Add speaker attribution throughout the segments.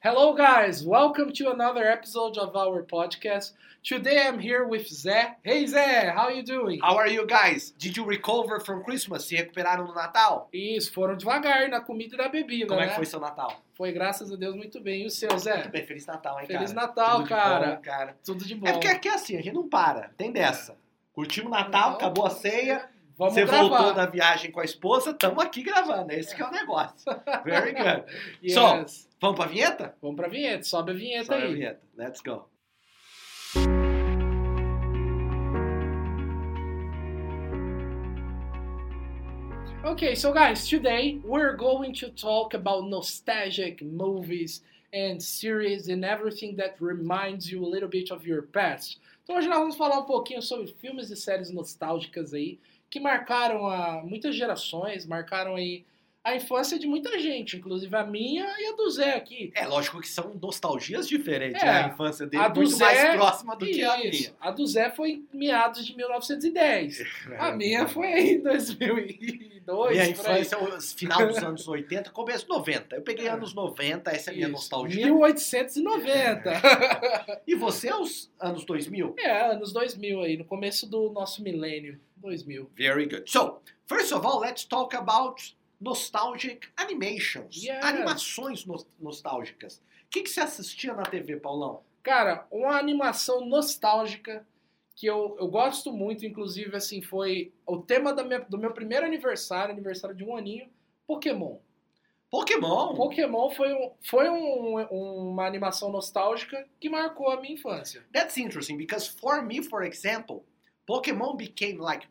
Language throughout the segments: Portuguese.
Speaker 1: Hello, guys. Welcome to another episode of our podcast. Today I'm here with Zé. Hey, Zé, how you doing?
Speaker 2: How are you guys? Did you recover from Christmas? Se recuperaram do Natal?
Speaker 1: Isso, foram devagar na comida e na bebida,
Speaker 2: Como
Speaker 1: né?
Speaker 2: é que foi seu Natal?
Speaker 1: Foi, graças a Deus, muito bem. E o seu, Zé?
Speaker 2: Muito bem, Feliz Natal, hein, cara?
Speaker 1: Feliz Natal,
Speaker 2: Tudo de
Speaker 1: cara.
Speaker 2: bom, cara.
Speaker 1: Tudo de bom.
Speaker 2: É porque aqui é assim, a gente não para. Tem dessa. Curtimos o Natal,
Speaker 1: Natal,
Speaker 2: acabou a ceia,
Speaker 1: Vamos
Speaker 2: você
Speaker 1: gravar.
Speaker 2: voltou da viagem com a esposa, estamos aqui gravando. Esse que é o negócio. Very good.
Speaker 1: Yes.
Speaker 2: Som. Vamos pra vinheta?
Speaker 1: Vamos pra vinheta. Sobe a vinheta
Speaker 2: Sobe
Speaker 1: aí.
Speaker 2: a vinheta. Let's go.
Speaker 1: Okay, so guys, today we're going to talk about nostalgic movies and series and everything that reminds you a little bit of your past. Então hoje nós vamos falar um pouquinho sobre filmes e séries nostálgicas aí que marcaram a muitas gerações, marcaram aí a infância de muita gente, inclusive a minha e a do Zé aqui.
Speaker 2: É lógico que são nostalgias diferentes,
Speaker 1: É.
Speaker 2: né? A infância dele
Speaker 1: A
Speaker 2: é
Speaker 1: do
Speaker 2: muito
Speaker 1: Zé-
Speaker 2: mais próxima do que a minha.
Speaker 1: Isso. A do Zé foi em meados de 1910. A minha foi em 2002.
Speaker 2: É. Minha
Speaker 1: por aí.
Speaker 2: infância, o final dos anos 80, começo 90. Eu peguei anos 90, essa é a minha
Speaker 1: Isso,
Speaker 2: nostalgia.
Speaker 1: 1890.
Speaker 2: E você, os anos 2000?
Speaker 1: É, anos 2000 aí, no começo do nosso milênio, 2000.
Speaker 2: Very good. So, first of all, let's talk about nostalgic animations.
Speaker 1: Yes.
Speaker 2: Animações nos- nostálgicas. O que, que você assistia na TV, Paulão?
Speaker 1: Cara, uma animação nostálgica que eu, eu gosto muito, inclusive, assim, foi o tema da minha- do meu primeiro aniversário, aniversário de um aninho, Pokémon.
Speaker 2: Pokémon.
Speaker 1: Pokémon foi, um, foi um- uma animação nostálgica que marcou a minha infância.
Speaker 2: That's interesting because for me, for example, Pokemon became like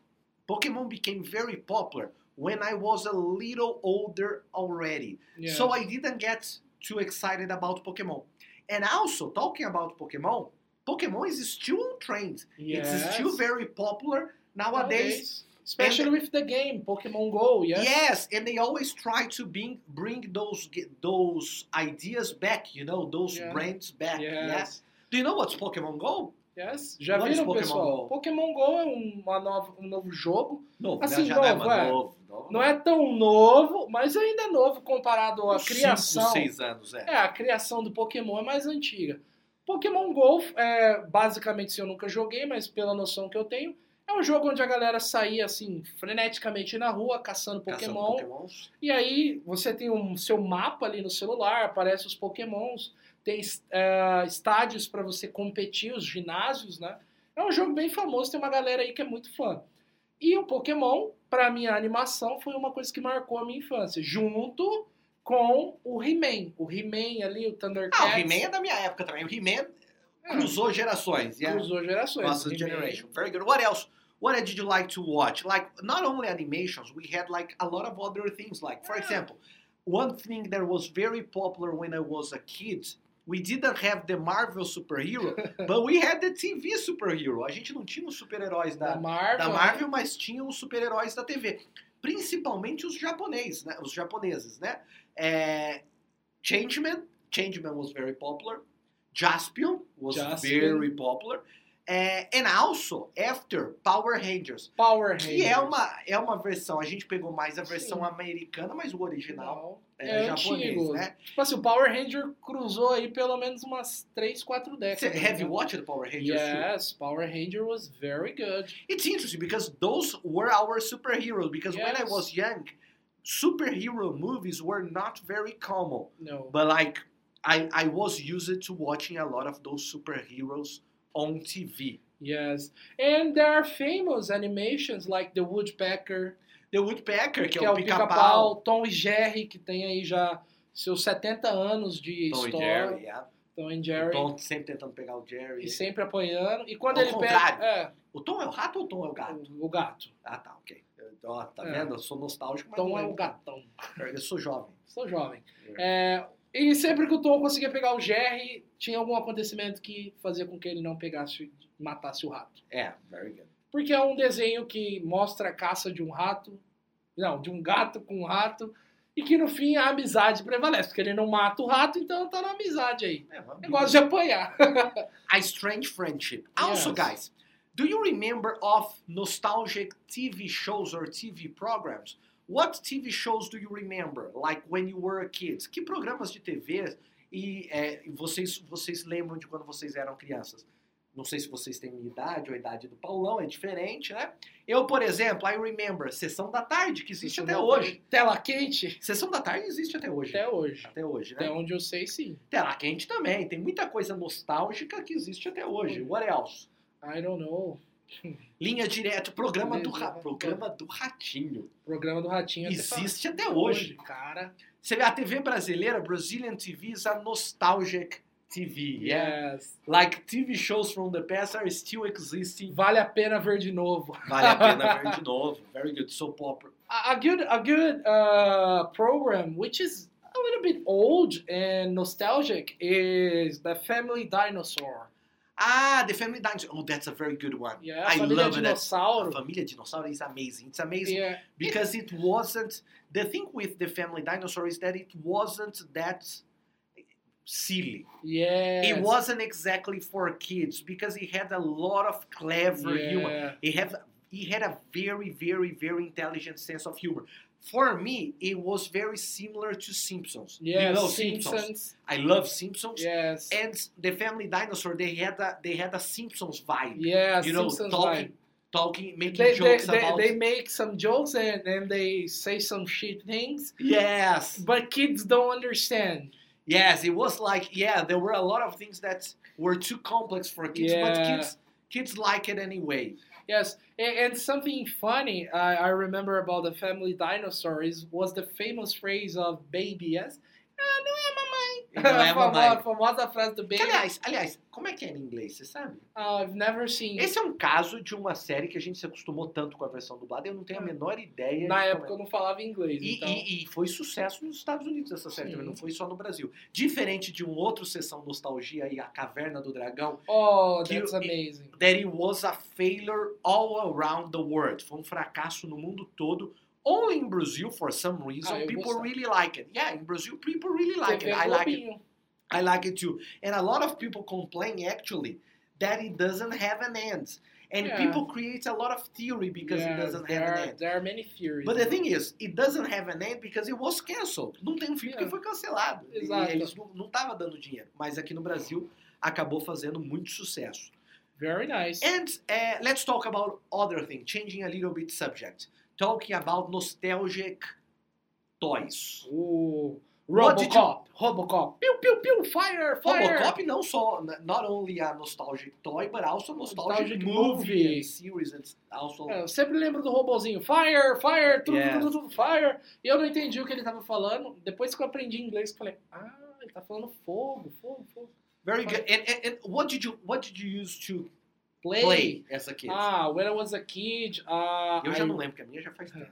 Speaker 2: Pokemon became very popular when I was a little older already.
Speaker 1: Yeah.
Speaker 2: So I didn't get too excited about Pokemon. And also, talking about Pokemon, Pokemon is still on trend. It's
Speaker 1: Yes.
Speaker 2: still very popular nowadays.
Speaker 1: Especially with the game, Pokémon Go, yes.
Speaker 2: Yes. and they always try to bring bring those ge- those ideas back, you know, those
Speaker 1: Yeah.
Speaker 2: brands back. Yeah.
Speaker 1: Yes.
Speaker 2: Do you know what's Pokemon Go?
Speaker 1: yes. Já
Speaker 2: What is
Speaker 1: viram,
Speaker 2: Pokémon
Speaker 1: pessoal?
Speaker 2: Go?
Speaker 1: Pokémon Go é uma nova- um novo jogo
Speaker 2: Novo,
Speaker 1: Assim,
Speaker 2: né? Já não é
Speaker 1: novo,
Speaker 2: mais
Speaker 1: é.
Speaker 2: novo, novo.
Speaker 1: Não é tão novo, mas ainda é novo comparado à
Speaker 2: Uns
Speaker 1: criação.
Speaker 2: Cinco, seis anos, é.
Speaker 1: É, a criação do Pokémon é mais antiga. Pokémon Go, é, basicamente, se eu nunca joguei, mas pela noção que eu tenho, é um jogo onde a galera saía, assim, freneticamente na rua, caçando
Speaker 2: Caçando
Speaker 1: Pokémon.
Speaker 2: Pokémons.
Speaker 1: E aí, você tem o seu mapa ali no celular, aparece os Pokémons, tem es- é, estádios para você competir, os ginásios, né? É um jogo bem famoso, tem uma galera aí que é muito fã. E o Pokémon, para minha animação, foi uma coisa que marcou a minha infância, junto com o He-Man. O He-Man ali, o Thundercats.
Speaker 2: Ah, o He-Man é da minha época também. O He-Man
Speaker 1: É.
Speaker 2: cruzou gerações. Yeah.
Speaker 1: Cruzou gerações.
Speaker 2: Cross
Speaker 1: He-Man.
Speaker 2: generation. Very good. What else? What did you like to watch? Like not only animations, we had like a lot of other things. Like for
Speaker 1: Yeah.
Speaker 2: example, one thing that was very popular when I was a kid. We didn't have the Marvel superhero, but we had the TV superhero. A gente não tinha os super-heróis
Speaker 1: Da
Speaker 2: da,
Speaker 1: Marvel.
Speaker 2: da
Speaker 1: né?
Speaker 2: Marvel, mas tinha os super-heróis da TV. Principalmente os japoneses, né? Os japoneses, né? É, Changeman. Changeman was very popular. Jaspion was
Speaker 1: Jaspion.
Speaker 2: very popular. É, and also, after Power Rangers.
Speaker 1: Power Rangers.
Speaker 2: Que é uma, é uma versão, a gente pegou mais a versão
Speaker 1: Sim.
Speaker 2: americana, mas o original
Speaker 1: Não. É
Speaker 2: é, japonês,
Speaker 1: antigo.
Speaker 2: né?
Speaker 1: Tipo assim, o Power Ranger cruzou aí pelo menos umas 3, 4
Speaker 2: Você- é
Speaker 1: décadas.
Speaker 2: Have
Speaker 1: né?
Speaker 2: you watched Power Rangers?
Speaker 1: Yes, Power Ranger was very good.
Speaker 2: It's interesting because those were our superheroes. Because when I
Speaker 1: Yes.
Speaker 2: was young, superhero movies were not very common.
Speaker 1: No.
Speaker 2: But like, I, I was used to watching a lot of those superheroes on TV.
Speaker 1: Yes. And there are famous animations like The Woodpecker,
Speaker 2: The Woodpecker, que,
Speaker 1: que é o Pica-Pau, Tom e Jerry, que tem aí já seus 70 anos de
Speaker 2: Tom e
Speaker 1: história.
Speaker 2: Jerry, yeah.
Speaker 1: Tom e
Speaker 2: O
Speaker 1: Jerry.
Speaker 2: Tom sempre tentando pegar o Jerry.
Speaker 1: E sempre apanhando. E quando
Speaker 2: Ao
Speaker 1: ele
Speaker 2: contrário.
Speaker 1: pega. É,
Speaker 2: O Tom é o rato ou o Tom é o gato?
Speaker 1: o- o gato.
Speaker 2: Ah, tá, ok. Eu- Ó, tá
Speaker 1: É.
Speaker 2: vendo? Eu sou nostálgico, mas
Speaker 1: Tom
Speaker 2: não
Speaker 1: é o
Speaker 2: lembro.
Speaker 1: gatão.
Speaker 2: Eu sou jovem.
Speaker 1: Sou jovem. É, e sempre que o Tom conseguia pegar o Jerry, tinha algum acontecimento que fazia com que ele não pegasse, matasse o rato.
Speaker 2: É, very good.
Speaker 1: Porque é um desenho que mostra a caça de um rato, não, de um gato com um rato, e que no fim a amizade prevalece, porque ele não mata o rato, então tá na amizade aí.
Speaker 2: É, vamos
Speaker 1: Eu gosto de apanhar.
Speaker 2: A Strange Friendship. Also,
Speaker 1: Yes.
Speaker 2: guys, do you remember of nostalgic TV shows or TV programs? What TV shows do you remember, like when you were a kid? Que programas de TV E é, e vocês, vocês lembram de quando vocês eram crianças. Não sei se vocês têm minha idade ou a idade do Paulão, é diferente, né? Eu, por exemplo, I remember, Sessão da Tarde, que existe até é hoje.
Speaker 1: Tela quente?
Speaker 2: Sessão da Tarde existe até hoje.
Speaker 1: Até hoje.
Speaker 2: Até hoje, né?
Speaker 1: Até onde eu sei, sim.
Speaker 2: Tela quente também. Tem muita coisa nostálgica que existe até hoje. What else?
Speaker 1: I don't know.
Speaker 2: Linha direta, programa do, ra
Speaker 1: Beleza.
Speaker 2: programa do Ratinho.
Speaker 1: Programa do Ratinho. é até
Speaker 2: Existe
Speaker 1: fala-
Speaker 2: até hoje.
Speaker 1: Cara.
Speaker 2: Você vê a TV brasileira, Brazilian TV, is a nostalgic TV. Yeah.
Speaker 1: Yes.
Speaker 2: Like TV shows from the past are still existing.
Speaker 1: Vale a pena ver de novo.
Speaker 2: Vale a pena ver de novo. Very good. So popular.
Speaker 1: a a good a good uh, program which is a little bit old and nostalgic is the family dinosaur
Speaker 2: Ah, The Family Dinosaur. Oh, that's a very good one.
Speaker 1: yeah
Speaker 2: I
Speaker 1: Família
Speaker 2: love that. A
Speaker 1: dinossauro
Speaker 2: Família Dinossauro is amazing. It's amazing.
Speaker 1: yeah
Speaker 2: because it wasn't the thing with the family dinosaur is that it wasn't that silly
Speaker 1: yeah
Speaker 2: it wasn't exactly for kids because it had a lot of clever humor
Speaker 1: yeah.
Speaker 2: it had it had a very very very intelligent sense of humor for me it was very similar to simpsons
Speaker 1: Yes,
Speaker 2: you know simpsons,
Speaker 1: Simpsons.
Speaker 2: i love simpsons
Speaker 1: Yes.
Speaker 2: and the family dinosaur they had a they had a simpsons vibe
Speaker 1: yes.
Speaker 2: you know
Speaker 1: Simpsons
Speaker 2: talking
Speaker 1: vibe.
Speaker 2: talking making
Speaker 1: They, they,
Speaker 2: jokes
Speaker 1: they,
Speaker 2: about
Speaker 1: they make some jokes and, and they say some shit things,
Speaker 2: yes
Speaker 1: but kids don't understand.
Speaker 2: Yes, it was like yeah, there were a lot of things that were too complex for kids, but
Speaker 1: Yeah.
Speaker 2: kids kids like it anyway.
Speaker 1: Yes, and, and something funny I, I remember about the family dinosaur is was the famous phrase of baby, yes? Ah, não é mamãe.
Speaker 2: Não é
Speaker 1: A famo-
Speaker 2: mamãe.
Speaker 1: famosa frase do
Speaker 2: Que,
Speaker 1: baby.
Speaker 2: aliás, aliás, como é que é em inglês, você sabe?
Speaker 1: Ah, I've never seen.
Speaker 2: Esse é um caso de uma série que a gente se acostumou tanto com a versão dublada, eu não tenho a menor ideia.
Speaker 1: Ah. Na
Speaker 2: de como
Speaker 1: época
Speaker 2: é.
Speaker 1: eu não falava inglês,
Speaker 2: E,
Speaker 1: então.
Speaker 2: e- e foi sucesso nos Estados Unidos essa série
Speaker 1: Sim.
Speaker 2: também, não foi só no Brasil. Diferente de um outro sessão nostalgia e a Caverna do Dragão,
Speaker 1: oh,
Speaker 2: que e
Speaker 1: that's
Speaker 2: eu-
Speaker 1: amazing.
Speaker 2: that it was a failure all around the world. Foi um fracasso no mundo todo. Only in Brazil, for some reason,
Speaker 1: Ah, eu
Speaker 2: people
Speaker 1: gostava.
Speaker 2: really like it. Yeah, in Brazil, people really like
Speaker 1: TV
Speaker 2: it. I like it.
Speaker 1: Globinho.
Speaker 2: I like it too. And a lot of people complain actually that it doesn't have an end. And
Speaker 1: Yeah.
Speaker 2: people create a lot of theory because
Speaker 1: Yeah,
Speaker 2: it doesn't
Speaker 1: there
Speaker 2: have
Speaker 1: are,
Speaker 2: an end.
Speaker 1: There are many theories.
Speaker 2: But the thing is, it doesn't have an end because it was canceled. Não tem um filme
Speaker 1: Yeah.
Speaker 2: que foi cancelado. E
Speaker 1: Exato.
Speaker 2: Eles não- não estavam dando dinheiro. Mas aqui no Brasil acabou fazendo muito sucesso.
Speaker 1: Very nice.
Speaker 2: And uh, let's talk about other thing, changing a little bit subject. Talking about nostalgic toys.
Speaker 1: Ooh.
Speaker 2: What did you-
Speaker 1: Robocop. Robocop. Pew, pew, pew. Fire, fire.
Speaker 2: Robocop não só né, not only a nostalgic toy, but also nostalgic,
Speaker 1: Nostalgic
Speaker 2: movie,
Speaker 1: movie.
Speaker 2: and series and also
Speaker 1: É, eu sempre lembro do robozinho. Fire, fire, tudo,
Speaker 2: Yes.
Speaker 1: tudo, tudo, fire. E eu não entendi o que ele tava falando. Depois que eu aprendi inglês, eu falei, ah, ele tá falando fogo, fogo, fogo.
Speaker 2: very good. And, and, and what did you what did you use to
Speaker 1: Play.
Speaker 2: play as a kid?
Speaker 1: Ah, when I was a kid. ah,
Speaker 2: Eu já
Speaker 1: I-
Speaker 2: não lembro, porque a minha já faz tempo.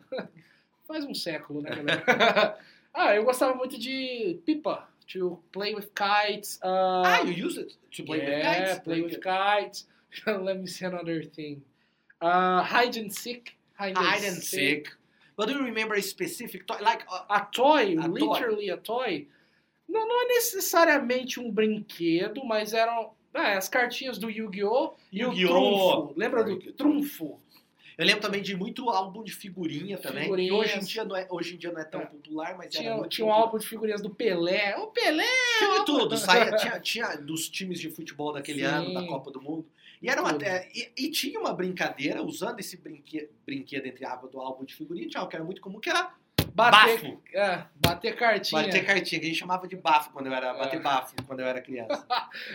Speaker 1: Faz um século, né? galera? ah, eu gostava muito de pipa. To play with kites. ah,
Speaker 2: Ah, you use it to play
Speaker 1: yeah,
Speaker 2: with kites?
Speaker 1: play with kites. Let me see another thing. Ah, hide and seek. Hide,
Speaker 2: Hide and seek. But do you remember a specific toy? Like, uh,
Speaker 1: a toy,
Speaker 2: A
Speaker 1: literally a toy, não, não é necessariamente um brinquedo, mas eram ah, as cartinhas do Yu-Gi-Oh! e o
Speaker 2: Yu-Gi-Oh!
Speaker 1: trunfo. Lembra do
Speaker 2: Very good.
Speaker 1: trunfo?
Speaker 2: Eu lembro também de muito álbum de figurinha também.
Speaker 1: Figurinhas.
Speaker 2: que hoje em dia não é, hoje em dia não é tão
Speaker 1: É.
Speaker 2: popular, mas era
Speaker 1: Tinha,
Speaker 2: muito
Speaker 1: tinha um álbum de figurinhas do Pelé. O Pelé!
Speaker 2: Tinha de tudo,
Speaker 1: álbum.
Speaker 2: saía, tinha, tinha dos times de futebol daquele
Speaker 1: Sim.
Speaker 2: ano, da Copa do Mundo. E, era uma-
Speaker 1: Tudo.
Speaker 2: é, e, e tinha uma brincadeira, usando esse brinquedo, brinquedo entre água do álbum de figurinha, tinha algo que era muito comum, que era
Speaker 1: Bater,
Speaker 2: bafo.
Speaker 1: é, bater cartinha.
Speaker 2: Bater cartinha, que a gente chamava de bafo quando eu era.
Speaker 1: É.
Speaker 2: Bater bafo quando eu era criança.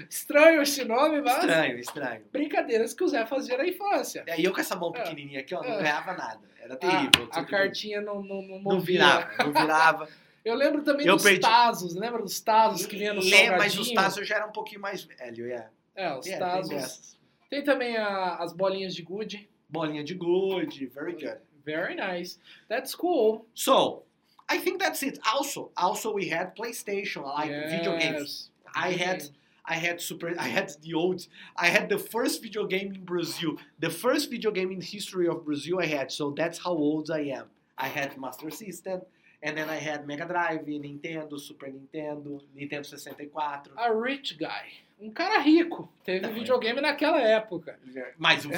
Speaker 1: Estranho esse nome, mas
Speaker 2: estranho, estranho.
Speaker 1: brincadeiras que o Zé fazia na infância.
Speaker 2: E eu com essa mão
Speaker 1: É.
Speaker 2: pequenininha aqui, ó, não
Speaker 1: É.
Speaker 2: ganhava nada. Era terrível.
Speaker 1: A, a
Speaker 2: tudo.
Speaker 1: cartinha não, não, não
Speaker 2: não
Speaker 1: movia.
Speaker 2: virava, não virava.
Speaker 1: Eu lembro também
Speaker 2: Eu
Speaker 1: dos
Speaker 2: perdi.
Speaker 1: Tazos. Lembra dos Tazos que vinha no
Speaker 2: Lembra, mas os
Speaker 1: salgadinho?
Speaker 2: Tazos eu já era um pouquinho mais velho, é.
Speaker 1: É, os
Speaker 2: É, tem
Speaker 1: Tazos.
Speaker 2: dessas.
Speaker 1: Tem também a- as bolinhas de gude.
Speaker 2: Bolinha de gude, very good.
Speaker 1: Very nice. That's cool.
Speaker 2: So, I think that's it. Also, also we had PlayStation, like video games. I had I had super I had the old I had the first video game in Brazil. The first video game in history of Brazil I had. So that's how old I am. I had Master System and then I had Mega Drive, Nintendo, Super Nintendo, Nintendo 64.
Speaker 1: a rich guy. um cara rico. Teve
Speaker 2: Não,
Speaker 1: videogame naquela época.
Speaker 2: Mas o
Speaker 1: É.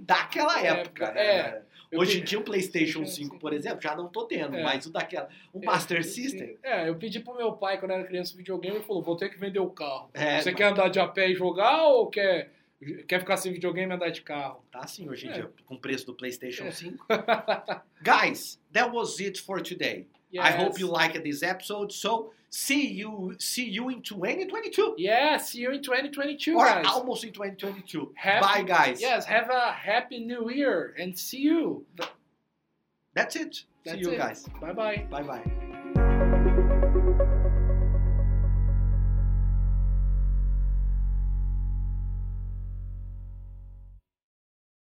Speaker 2: daquela
Speaker 1: É,
Speaker 2: época, né?
Speaker 1: é. Eu
Speaker 2: Hoje em
Speaker 1: pedi-
Speaker 2: dia o PlayStation
Speaker 1: Eu-
Speaker 2: 5, por exemplo, já não tô tendo,
Speaker 1: É.
Speaker 2: mas o daquela. O Master System.
Speaker 1: É, eu pedi pro meu pai, quando eu era criança, um videogame, ele falou, vou ter que vender o carro.
Speaker 2: É,
Speaker 1: Você
Speaker 2: mas-
Speaker 1: quer andar de a pé e jogar ou quer, quer ficar sem videogame e andar de carro?
Speaker 2: Tá assim hoje em
Speaker 1: É.
Speaker 2: dia, com o preço do PlayStation
Speaker 1: É.
Speaker 2: 5. Guys, that was it for today. I hope you liked this episode. So, see you see you in 2022.
Speaker 1: Yeah, see you in 2022,
Speaker 2: Or
Speaker 1: guys.
Speaker 2: almost in 2022.
Speaker 1: Happy-
Speaker 2: Bye, guys.
Speaker 1: Yes, have a happy new year and see you.
Speaker 2: That's it.
Speaker 1: That's
Speaker 2: see you
Speaker 1: it.
Speaker 2: guys.
Speaker 1: Bye bye.
Speaker 2: Bye bye.